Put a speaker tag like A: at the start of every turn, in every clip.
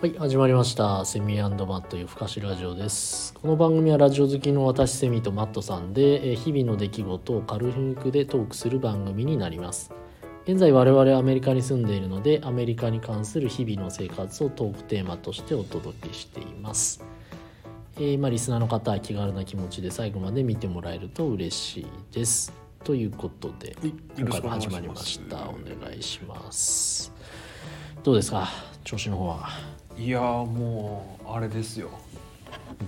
A: はい始まりました「セミマット夜更かしラジオ」ですこの番組はラジオ好きの私セミとマットさんでえー日々の出来事を軽くでトークする番組になります現在我々はアメリカに住んでいるのでアメリカに関する日々の生活をトークテーマとしてお届けしていますえーまあリスナーの方は気軽な気持ちで最後まで見てもらえると嬉しいですということで
B: い
A: 今回も始まりましたお願いしますどうですか調子の方はい
B: やーもうあれですよ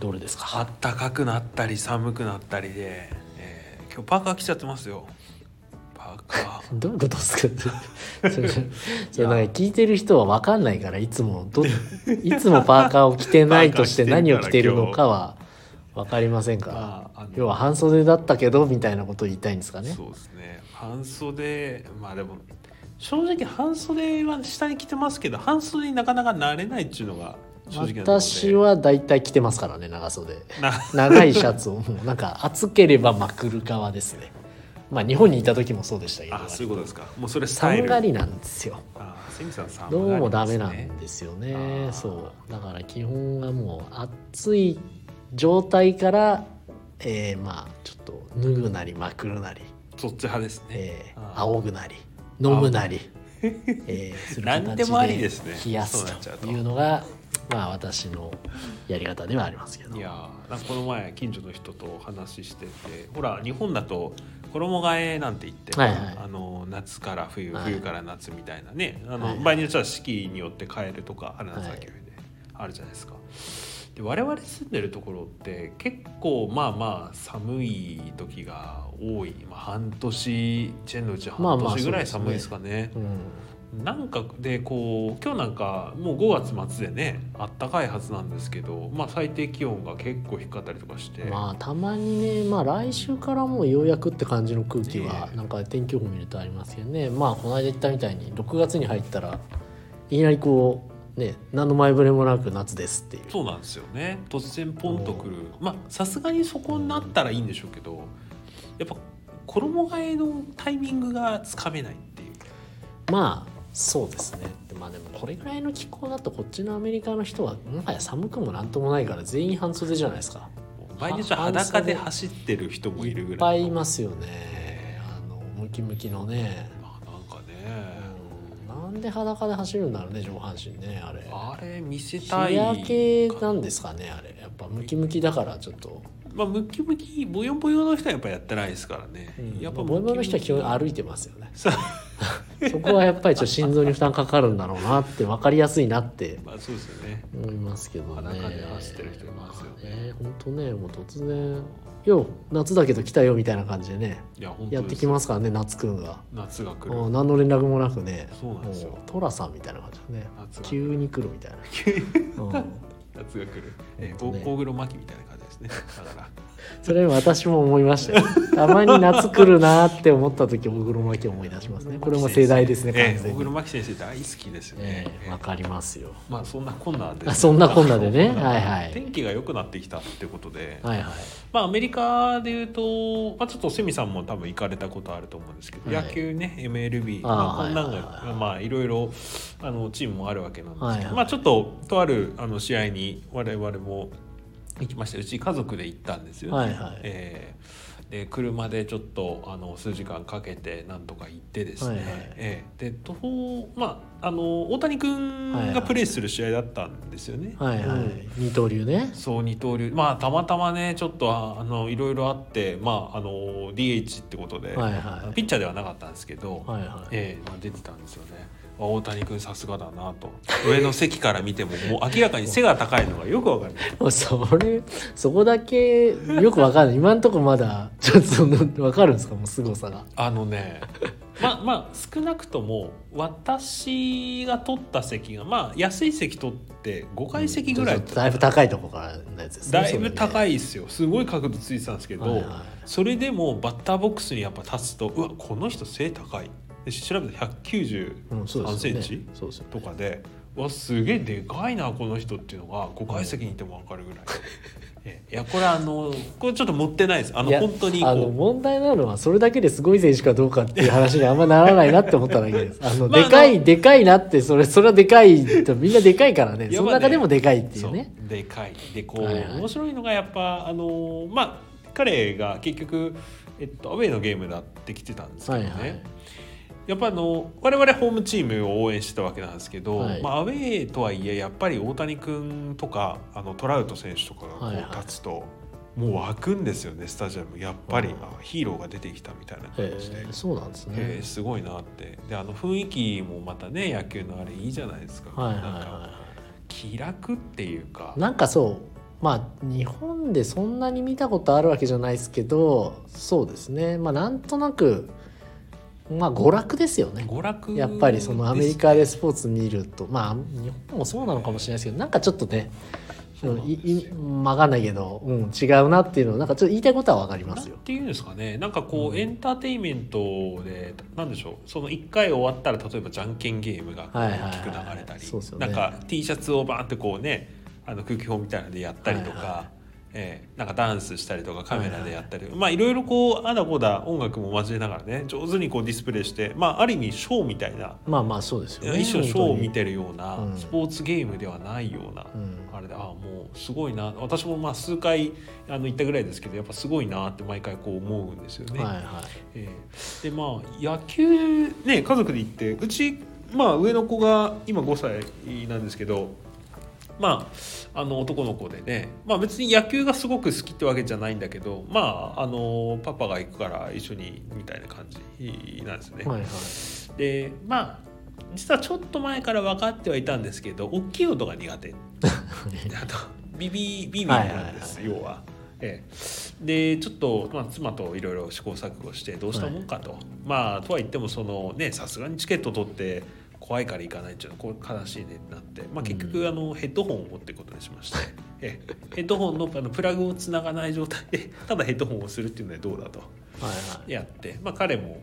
A: どれですか
B: あったかくなったり寒くなったりで、えー今日パーカー着ちゃってますよパーカ
A: どういうことですか それそれなんか聞いてる人は分かんないからいつもどいつもパーカーを着てないとして
B: パーカー着
A: 何
B: てる
A: を
B: から
A: 着てるのかは分かりませんから、
B: まああの
A: 要は半袖だったけどみたいなことを言いたいんですか
B: ー、
A: ね
B: そうですね半袖まあでも正直半袖は下に着てますけど半袖になかなか慣れないっていうのが正直なところで
A: 私は大体着てますからね長袖
B: な
A: 長いシャツをもうなんか暑ければまくる側ですねまあ日本にいた時もそうでしたけど
B: あそういうことですかもうそれスタイ
A: 寒
B: ル
A: がりなんですよ
B: あーセミさん寒がり
A: どうもダメな
B: ですね
A: んですよ
B: あ
A: ね
B: ー
A: そうだから基本はもう暑い状態から、えーまあちょっと脱ぐなりまくるなり、
B: そっち派ですね、
A: えー
B: あー
A: 仰ぐなり飲むなり、 えー、する
B: 何でもありですね
A: 形で冷や
B: そうなっちゃう
A: す
B: と
A: というのがまあ私のやり方ではありますけど
B: いやーなんかこの前近所の人とお話ししててほら日本だと衣替えなんて言って、
A: はいはい
B: あの夏から冬、
A: はい
B: 冬から夏みたいなねあの、
A: はいはい
B: 場合によっては四季によって変えるとかある夏
A: はい
B: 秋冬であるじゃないですか。で我々住んでるところって結構まあまあ寒い時が多い、まあ、半年チェンのうち
A: まあ
B: 半
A: まあ
B: 年ぐらい
A: そうですね
B: 寒いですかね。
A: うん
B: なんかでこう今日なんかもう5月末でねあったかいはずなんですけど、まあ、最低気温が結構低かったりとかして、
A: まあたまにね、まあ、来週からもうようやくって感じの空気は
B: ねえ
A: なんか天気予報見るとありますけどねまあこの間言ったみたいに6月に入ったらいきなりこうね何の前触れもなく夏ですっていう
B: そうなんですよね突然ポンとくるまあさすがにそこになったらいいんでしょうけどやっぱ衣替えのタイミングがつかめないっていう
A: まあそうですねまあでもこれぐらいの気候だとこっちのアメリカの人はもはや寒くもなんともないから全員半袖じゃないですか
B: もう毎日裸で走ってる人もいる
A: い
B: ぐ
A: っぱ
B: らい
A: いいますよねあのムキムキのね、
B: まあなんかね、
A: うん、なんで裸で走るんだろうね上半身ねあれ
B: あれ見せたい
A: 日焼けなんですかねあれやっぱムキムキだからちょっと、
B: まあムキムキボヨンボヨンの人はやっぱやってないですからね、
A: や
B: や
A: っ
B: っ
A: ぱ
B: ぱ
A: ボイボイの人は基本
B: る
A: 歩いてますよね
B: そう
A: そこはやっぱりちょっと心臓に負担かかるんだろうなって分かりやすいなって
B: まあそうですよね
A: 思いますけどね
B: 裸で走ってる人いますよね
A: まあ本当ねもう突然「よ夏だけど来たよ」みたいな感じでね
B: いや本当
A: やってき
B: す
A: ますからね夏くんが
B: 夏が来
A: うん
B: る
A: 何の連絡もなくね
B: そうなんですよ
A: もう寅さんみたいな感じでね
B: 夏が来
A: 急
B: る
A: に来るみ たいな、うん
B: 夏が来る、えー、
A: 本
B: 大
A: 当ね
B: 大黒摩季みたいな感じですねだから
A: それ私も思いましたよたまに夏来るなって思った時大黒摩季を思い出しますねこれも世代ですね完
B: えー、
A: 全
B: 大黒
A: に
B: 摩季先生大好きですよね
A: え、えわかりますよ
B: まあそんなこんなで
A: あそんなこんなで ねはいはい
B: 天気が良くなってきたってことで、
A: はいはい
B: まあアメリカでいうと、まあ、ちょっとセミさんも多分行かれたことあると思うんですけど、
A: はい
B: 野球ね MLB
A: あー
B: まあ、こんな
A: は
B: んが、
A: いはいはい
B: まあいろいろあのチームもあるわけなんですけど、
A: はいはい
B: まあちょっととあるあの試合に我々も行きましたうち家族で行ったんですよね。
A: はいはい
B: えーで車でちょっとあの数時間かけてなんとか行ってですね、
A: はいはい
B: えーで途方まああの大谷君がプレーする試合だったんですよね。
A: はいは
B: うん
A: い二刀流ね
B: そう二刀流まあたまたまねちょっとああのいろいろあってまああの DH ってことで、
A: はいはい
B: ピッチャーではなかったんですけど、
A: はいはい
B: ええまあ、出てたんですよねあ大谷君さすがだなと上の席から見てももう明らかに背が高いのがよく わかる
A: もうそれそこだけよくわかんない今んとこまだちょっとそのわかるんですかもう凄さが
B: あのねまあまあ少なくとも私が取った席がまあ安い席取って5階席ぐらい、
A: ちょっとだいぶ高いとこからのやつですね
B: だいぶ高
A: い
B: いですよすごい角度ついてたんですけど、
A: はいはい
B: それでもバッターボックスにやっぱ立つとうわこの人背高いで調べたら
A: うんそう
B: 193
A: です
B: セ
A: よ
B: ン
A: ね
B: チ、
A: そうですよね
B: とかでうわすげえでかいなこの人っていうのが5階席にいても分かるぐらい、ええいやこれあのこれちょっと持ってないですあの
A: いや
B: 本当にこ
A: あ
B: う
A: の問題なのはそれだけですごい選手かどうかっていう話にあんまならないなって思っただけ ですあの、
B: まあ
A: でか
B: あ
A: いでかいなってそれそれはでかいとみんなでかいからね
B: や
A: そ
B: っぱ
A: の中でもでかいっていうね
B: そうでかいでこう、
A: はいはい
B: 面白いのがやっぱあのーまあ彼が結局、えっと、アウェイのゲームだってきてたんですけどね、
A: はいはい
B: やっぱあの我々ホームチームを応援してたわけなんですけど、
A: はい
B: まあ、アウェーとはいえやっぱり大谷君とかあのトラウト選手とかがこ
A: はいはいう
B: 立つと、もう湧くんですよねスタジアムやっぱり、
A: うん
B: あヒーローが出てきたみたいな
A: へ
B: 感じで、
A: えそうなんですね、
B: えーすごいなってであの雰囲気もまたね野球のあれいいじゃないですか,、
A: はいはい
B: なんか
A: は
B: 気楽っていうか
A: いなんかそうまあ日本でそんなに見たことあるわけじゃないですけどそうですねまあなんとなくまあ娯楽ですよね
B: 娯楽
A: やっぱりそのアメリカですスポーツ見るとまあ日本もそうなのかもしれないですけどなんかちょっとね
B: そううんなん
A: い
B: ですよ
A: い曲がんないけど、うん、違うなっていうのなんかちょっと言いたいことはわかりますよ
B: なん。ていうんですかねなんかこう、
A: うん
B: エンターテインメントでなんでしょうその1回終わったら例えばじゃんけんゲームが
A: はいはいはい
B: 大きく流れたり、
A: そうですよね
B: なんか T シャツをバーンってこうねあの空気砲みたいなのでやったりとか。
A: はいは
B: えーなんかダンスしたりとかカメラでやったり、まあいろいろこうあだこだ音楽も交えながらね上手にこうディスプレイして、まあ、ある意味ショーみたいな
A: まあまあそうですよね。
B: 一種のショーを見
A: る。
B: てるような、
A: うん
B: スポーツゲームではないような、
A: うん
B: あれであもうすごいな私もまあ数回あの行ったぐらいですけどやっぱすごいなって毎回こう思うんですよね。
A: はいは
B: えーでまあ野球ね家族で行ってうち、まあ、上の子が今5歳なんですけど。まあ、あの男の子でね、まあ、別に野球がすごく好きってわけじゃないんだけど、まあ、あのパパが行くから一緒にみたいな感じなんですね。
A: いはいはい。
B: でまあ実はちょっと前から分かってはいたんですけど大きい音が苦手あとビビビビなんです、
A: はいはいはい
B: 要は。ええ、でちょっと、まあ、妻といろいろ試行錯誤してどうしたもんかと、まあとは言ってもそのねさすがにチケット取って怖いから行かないっていうのはこれ悲しいねってなって、まあ、結局、
A: うん
B: あのヘッドホンを持っていくことにしましてええヘッドホンのあのプラグをつながない状態でただヘッドホンをするっていうのはどうだと。
A: はいはい。
B: やって、まあ、彼も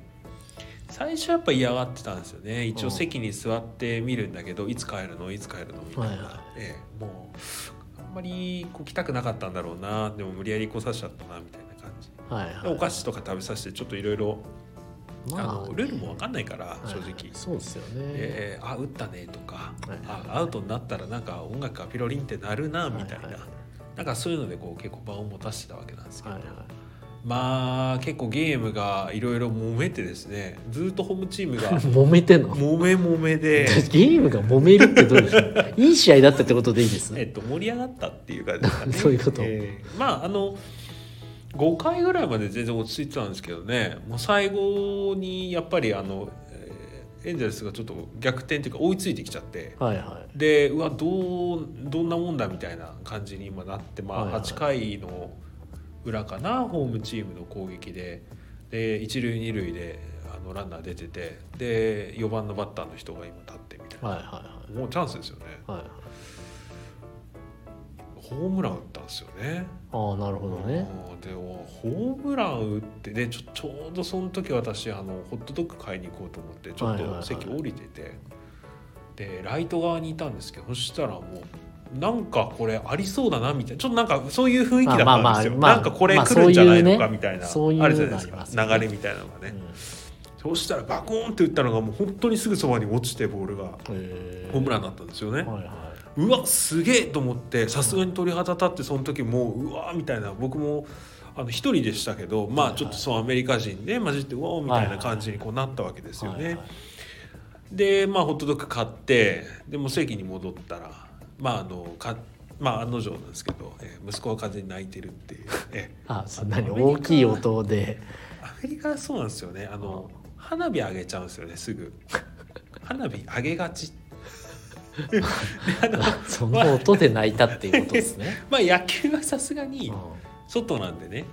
B: 最初やっぱ嫌がってたんですよね一
A: う
B: 応
A: ん
B: 席に座って見るんだけどいつ帰るのいつ帰るのみたいな、
A: はいはい
B: ええもうあんまりこう来たくなかったんだろうなでも無理やり来させちゃったなみたいな感じ
A: はい
B: で
A: はい。
B: お菓子とか食べさせてちょっといろいろあ
A: まあ
B: のルールも分かんないから
A: はい
B: 正
A: はい
B: 直、
A: そうですよね。
B: ええあ打ったねとか、
A: はいはい
B: あアウトになったらなんか音楽がピロリンってなるなみたいな、
A: はいはい
B: なんかそういうのでこう結構場を持たせてたわけなんですけ
A: は
B: ど、
A: いはい。
B: まあ結構ゲームがいろいろ揉めてですねずっとホームチーム が
A: 揉めてんの。
B: 揉め揉めで
A: ゲームが揉めるってどういう こと。いい試合だったってことでいいです。
B: えっと盛り上がったっていう感じですか ね。
A: そういうこと
B: えーまああの5回ぐらいまで全然落ち着いてたんですけどねもう最後にやっぱりあの、えーエンゼルスがちょっと逆転というか追いついてきちゃって。
A: はいは
B: でうわどうどんなもんだみたいな感じに今なって、ま
A: はいは
B: あ、
A: い
B: 8回の裏かなホームチームの攻撃でで一塁二塁であのランナー出ててで4番のバッターの人が今立ってみたい
A: い。
B: な、
A: はいは
B: もうチャンスですよね
A: いはい。はい。
B: ホームラン打ったんですよね。
A: ああなるほどね。
B: うんでホームラン打ってでちょちょうどその時私あのホットドッグ買いに行こうと思ってちょっ
A: はいはいは
B: と
A: い
B: 席降りてて、でライト側にいたんですけどそしたらもうなんかこれありそうだなみたいなちょっとなんかそういう雰囲気だったんですよ、
A: まあまあまあ
B: なんかこれ
A: まあ
B: 来るんじゃないの
A: そうい
B: か
A: うね
B: みたいな、
A: そういうの
B: あるじゃないです
A: があり
B: か
A: ますよね
B: 流れみたいなのがね、
A: うん
B: そうしたらバコーンって打ったのがもう本当にすぐそばに落ちてボールが
A: へー
B: ホームランだったんですよね。
A: はいは
B: うわすげえと思ってさすがに鳥肌立ってその時もううわーみたいな僕もあの一人でしたけどまあちょっとそうアメリカ人で混じってうわーみたいな感じにこうなったわけです
A: い。
B: よ
A: はい
B: ね。でまあホットドッグ買ってでもう席に戻ったらまああのかまあ案の定なんですけど、えー息子は完全に泣いてるっていう。ええ
A: あ、そんなに大きい音で。
B: アメリカはそうなんですよねあの花火あげちゃうんですよね すぐ花火あげがちであの
A: その音で泣いたっていうことですね。
B: まあ野球はさすがに
A: うんうん
B: 外なんでね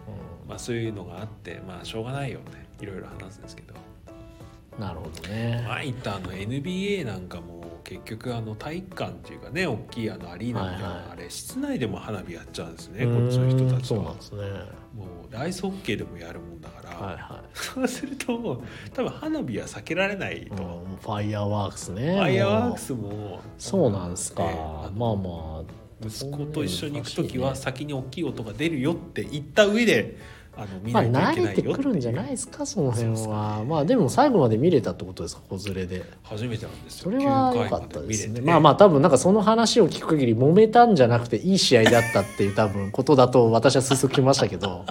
B: まあ、そういうのがあってまあしょうがないよねいろいろ話すんですけど
A: なるほどね。
B: 前言ったあの NBA なんかも結局あの体育館っていうかね大きいあのアリーナみたいな、
A: はいはい
B: あれ室内でも花火やっちゃうんですね
A: うーん
B: こっちの人たち
A: そう
B: は
A: なんですね。は
B: もうアイスホッケーでもやるもんだから、
A: いは
B: そうするともう多分花火は避けられない
A: い。うん
B: と、
A: ファイアワークスね。
B: ファイアワーク
A: もう。
B: スも
A: そうなんですか。
B: ええあの
A: まあまあ。
B: 息子と一緒に行く時は先に大きい音が出るよって言った上であの見
A: ま
B: な
A: あ
B: いといけ
A: 慣
B: な
A: れ
B: い
A: て
B: よっ
A: くるんじゃない
B: て
A: ですかその辺
B: そう
A: はまあでも最後まで見れたってことですか子連れで
B: 初めてなんです
A: そ
B: よ
A: れは
B: 9
A: 良
B: 回
A: か
B: ま
A: った
B: で
A: で
B: 見れ
A: すね
B: て
A: まあま
B: あ
A: あ多分なんかその話を聞く限り揉めたんじゃなくていい試合だったっていう多分ことだと私は推測しましたけ ど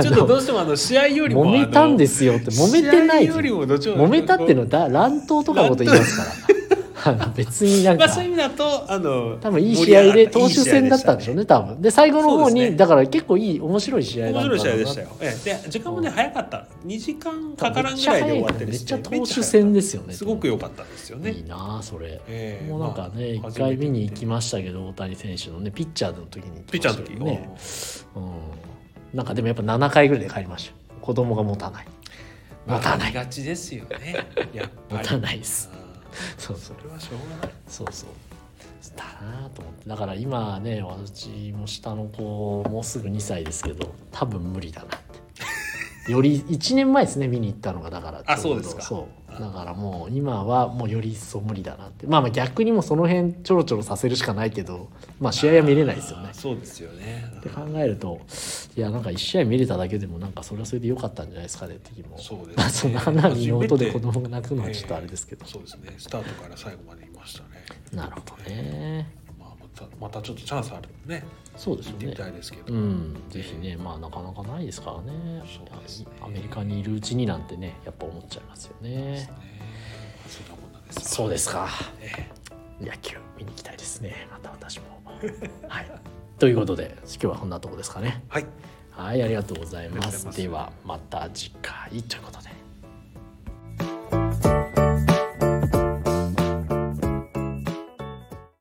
B: ちょっとどうしてもあの試合よりも
A: 揉めたんですよって揉めてない
B: 試合よりもどっちも
A: 揉めたっていうのはだ乱闘とかのこと言いますからあの 別になん
B: ま
A: か
B: あそういう意味だとあの
A: 多分いい試合で投手戦だったんでしょう
B: ね
A: ね多分で最後の方
B: そう
A: に、
B: ですね
A: だから結構いい面白い試合だった
B: 面
A: んだ
B: 白い試
A: ろう
B: 合で
A: な
B: したよ、ええ、で時間もね
A: うん
B: 早かった2時間
A: 多
B: か
A: 分
B: からんぐらいで終わってる
A: めっ
B: し
A: ちゃ早い投手戦ですよね
B: すごく良かったんですよね
A: いいなあそれ、
B: ええ
A: もうなんかね一、
B: まあ
A: 回見に行き
B: 初めて
A: ましたけど大谷選手のねピッチャーの時に行
B: ピ
A: き
B: ッチ
A: ま
B: ャー
A: し
B: の
A: た
B: 時
A: けどね、うん、なんかでもやっぱ7回ぐらいで帰りました子供が持たない
B: まあ
A: 持たない
B: ありがちですよねやっぱ
A: 持
B: り
A: たないです
B: あ
A: そう
B: ー
A: そ
B: そうれはしょうがない
A: そうそうだなあと思ってだから今ね私も下の子もうすぐ2歳ですけど多分無理だなってより1年前ですね見に行ったのがだから
B: あ
A: ちょど
B: そうですか
A: そう
B: あ
A: だからもう今はもうより一層無理だなってまあまあ逆にもうその辺ちょろちょろさせるしかないけどまあ試合は見れないですよね
B: あーそうですよね
A: って考えるといやなんか1試合見れただけでもなんかそれはそれで良かったんじゃないですかねって気も
B: そうですね
A: まあ その花見の音で子供が泣くのはちょっとあれですけど、
B: そうですねスタートから最後までいましたね
A: なるほどね
B: まあまたまたちょっとチャンスあるとね
A: そうです
B: 行っ
A: よ
B: てみ
A: ね
B: たいですけど、
A: うんぜひねまあなかなかないですからね
B: そうですね
A: アメリカにいるうちになんてねやっぱ思っちゃいますよね
B: ねそんなもんなんですよ
A: そうですか
B: ね
A: 野球見に行きたいですねまた私も はいということで今日はこんなとこですかね
B: はい
A: はいありがとうござい
B: ありが
A: ま
B: とうございます
A: すではまた次回ということで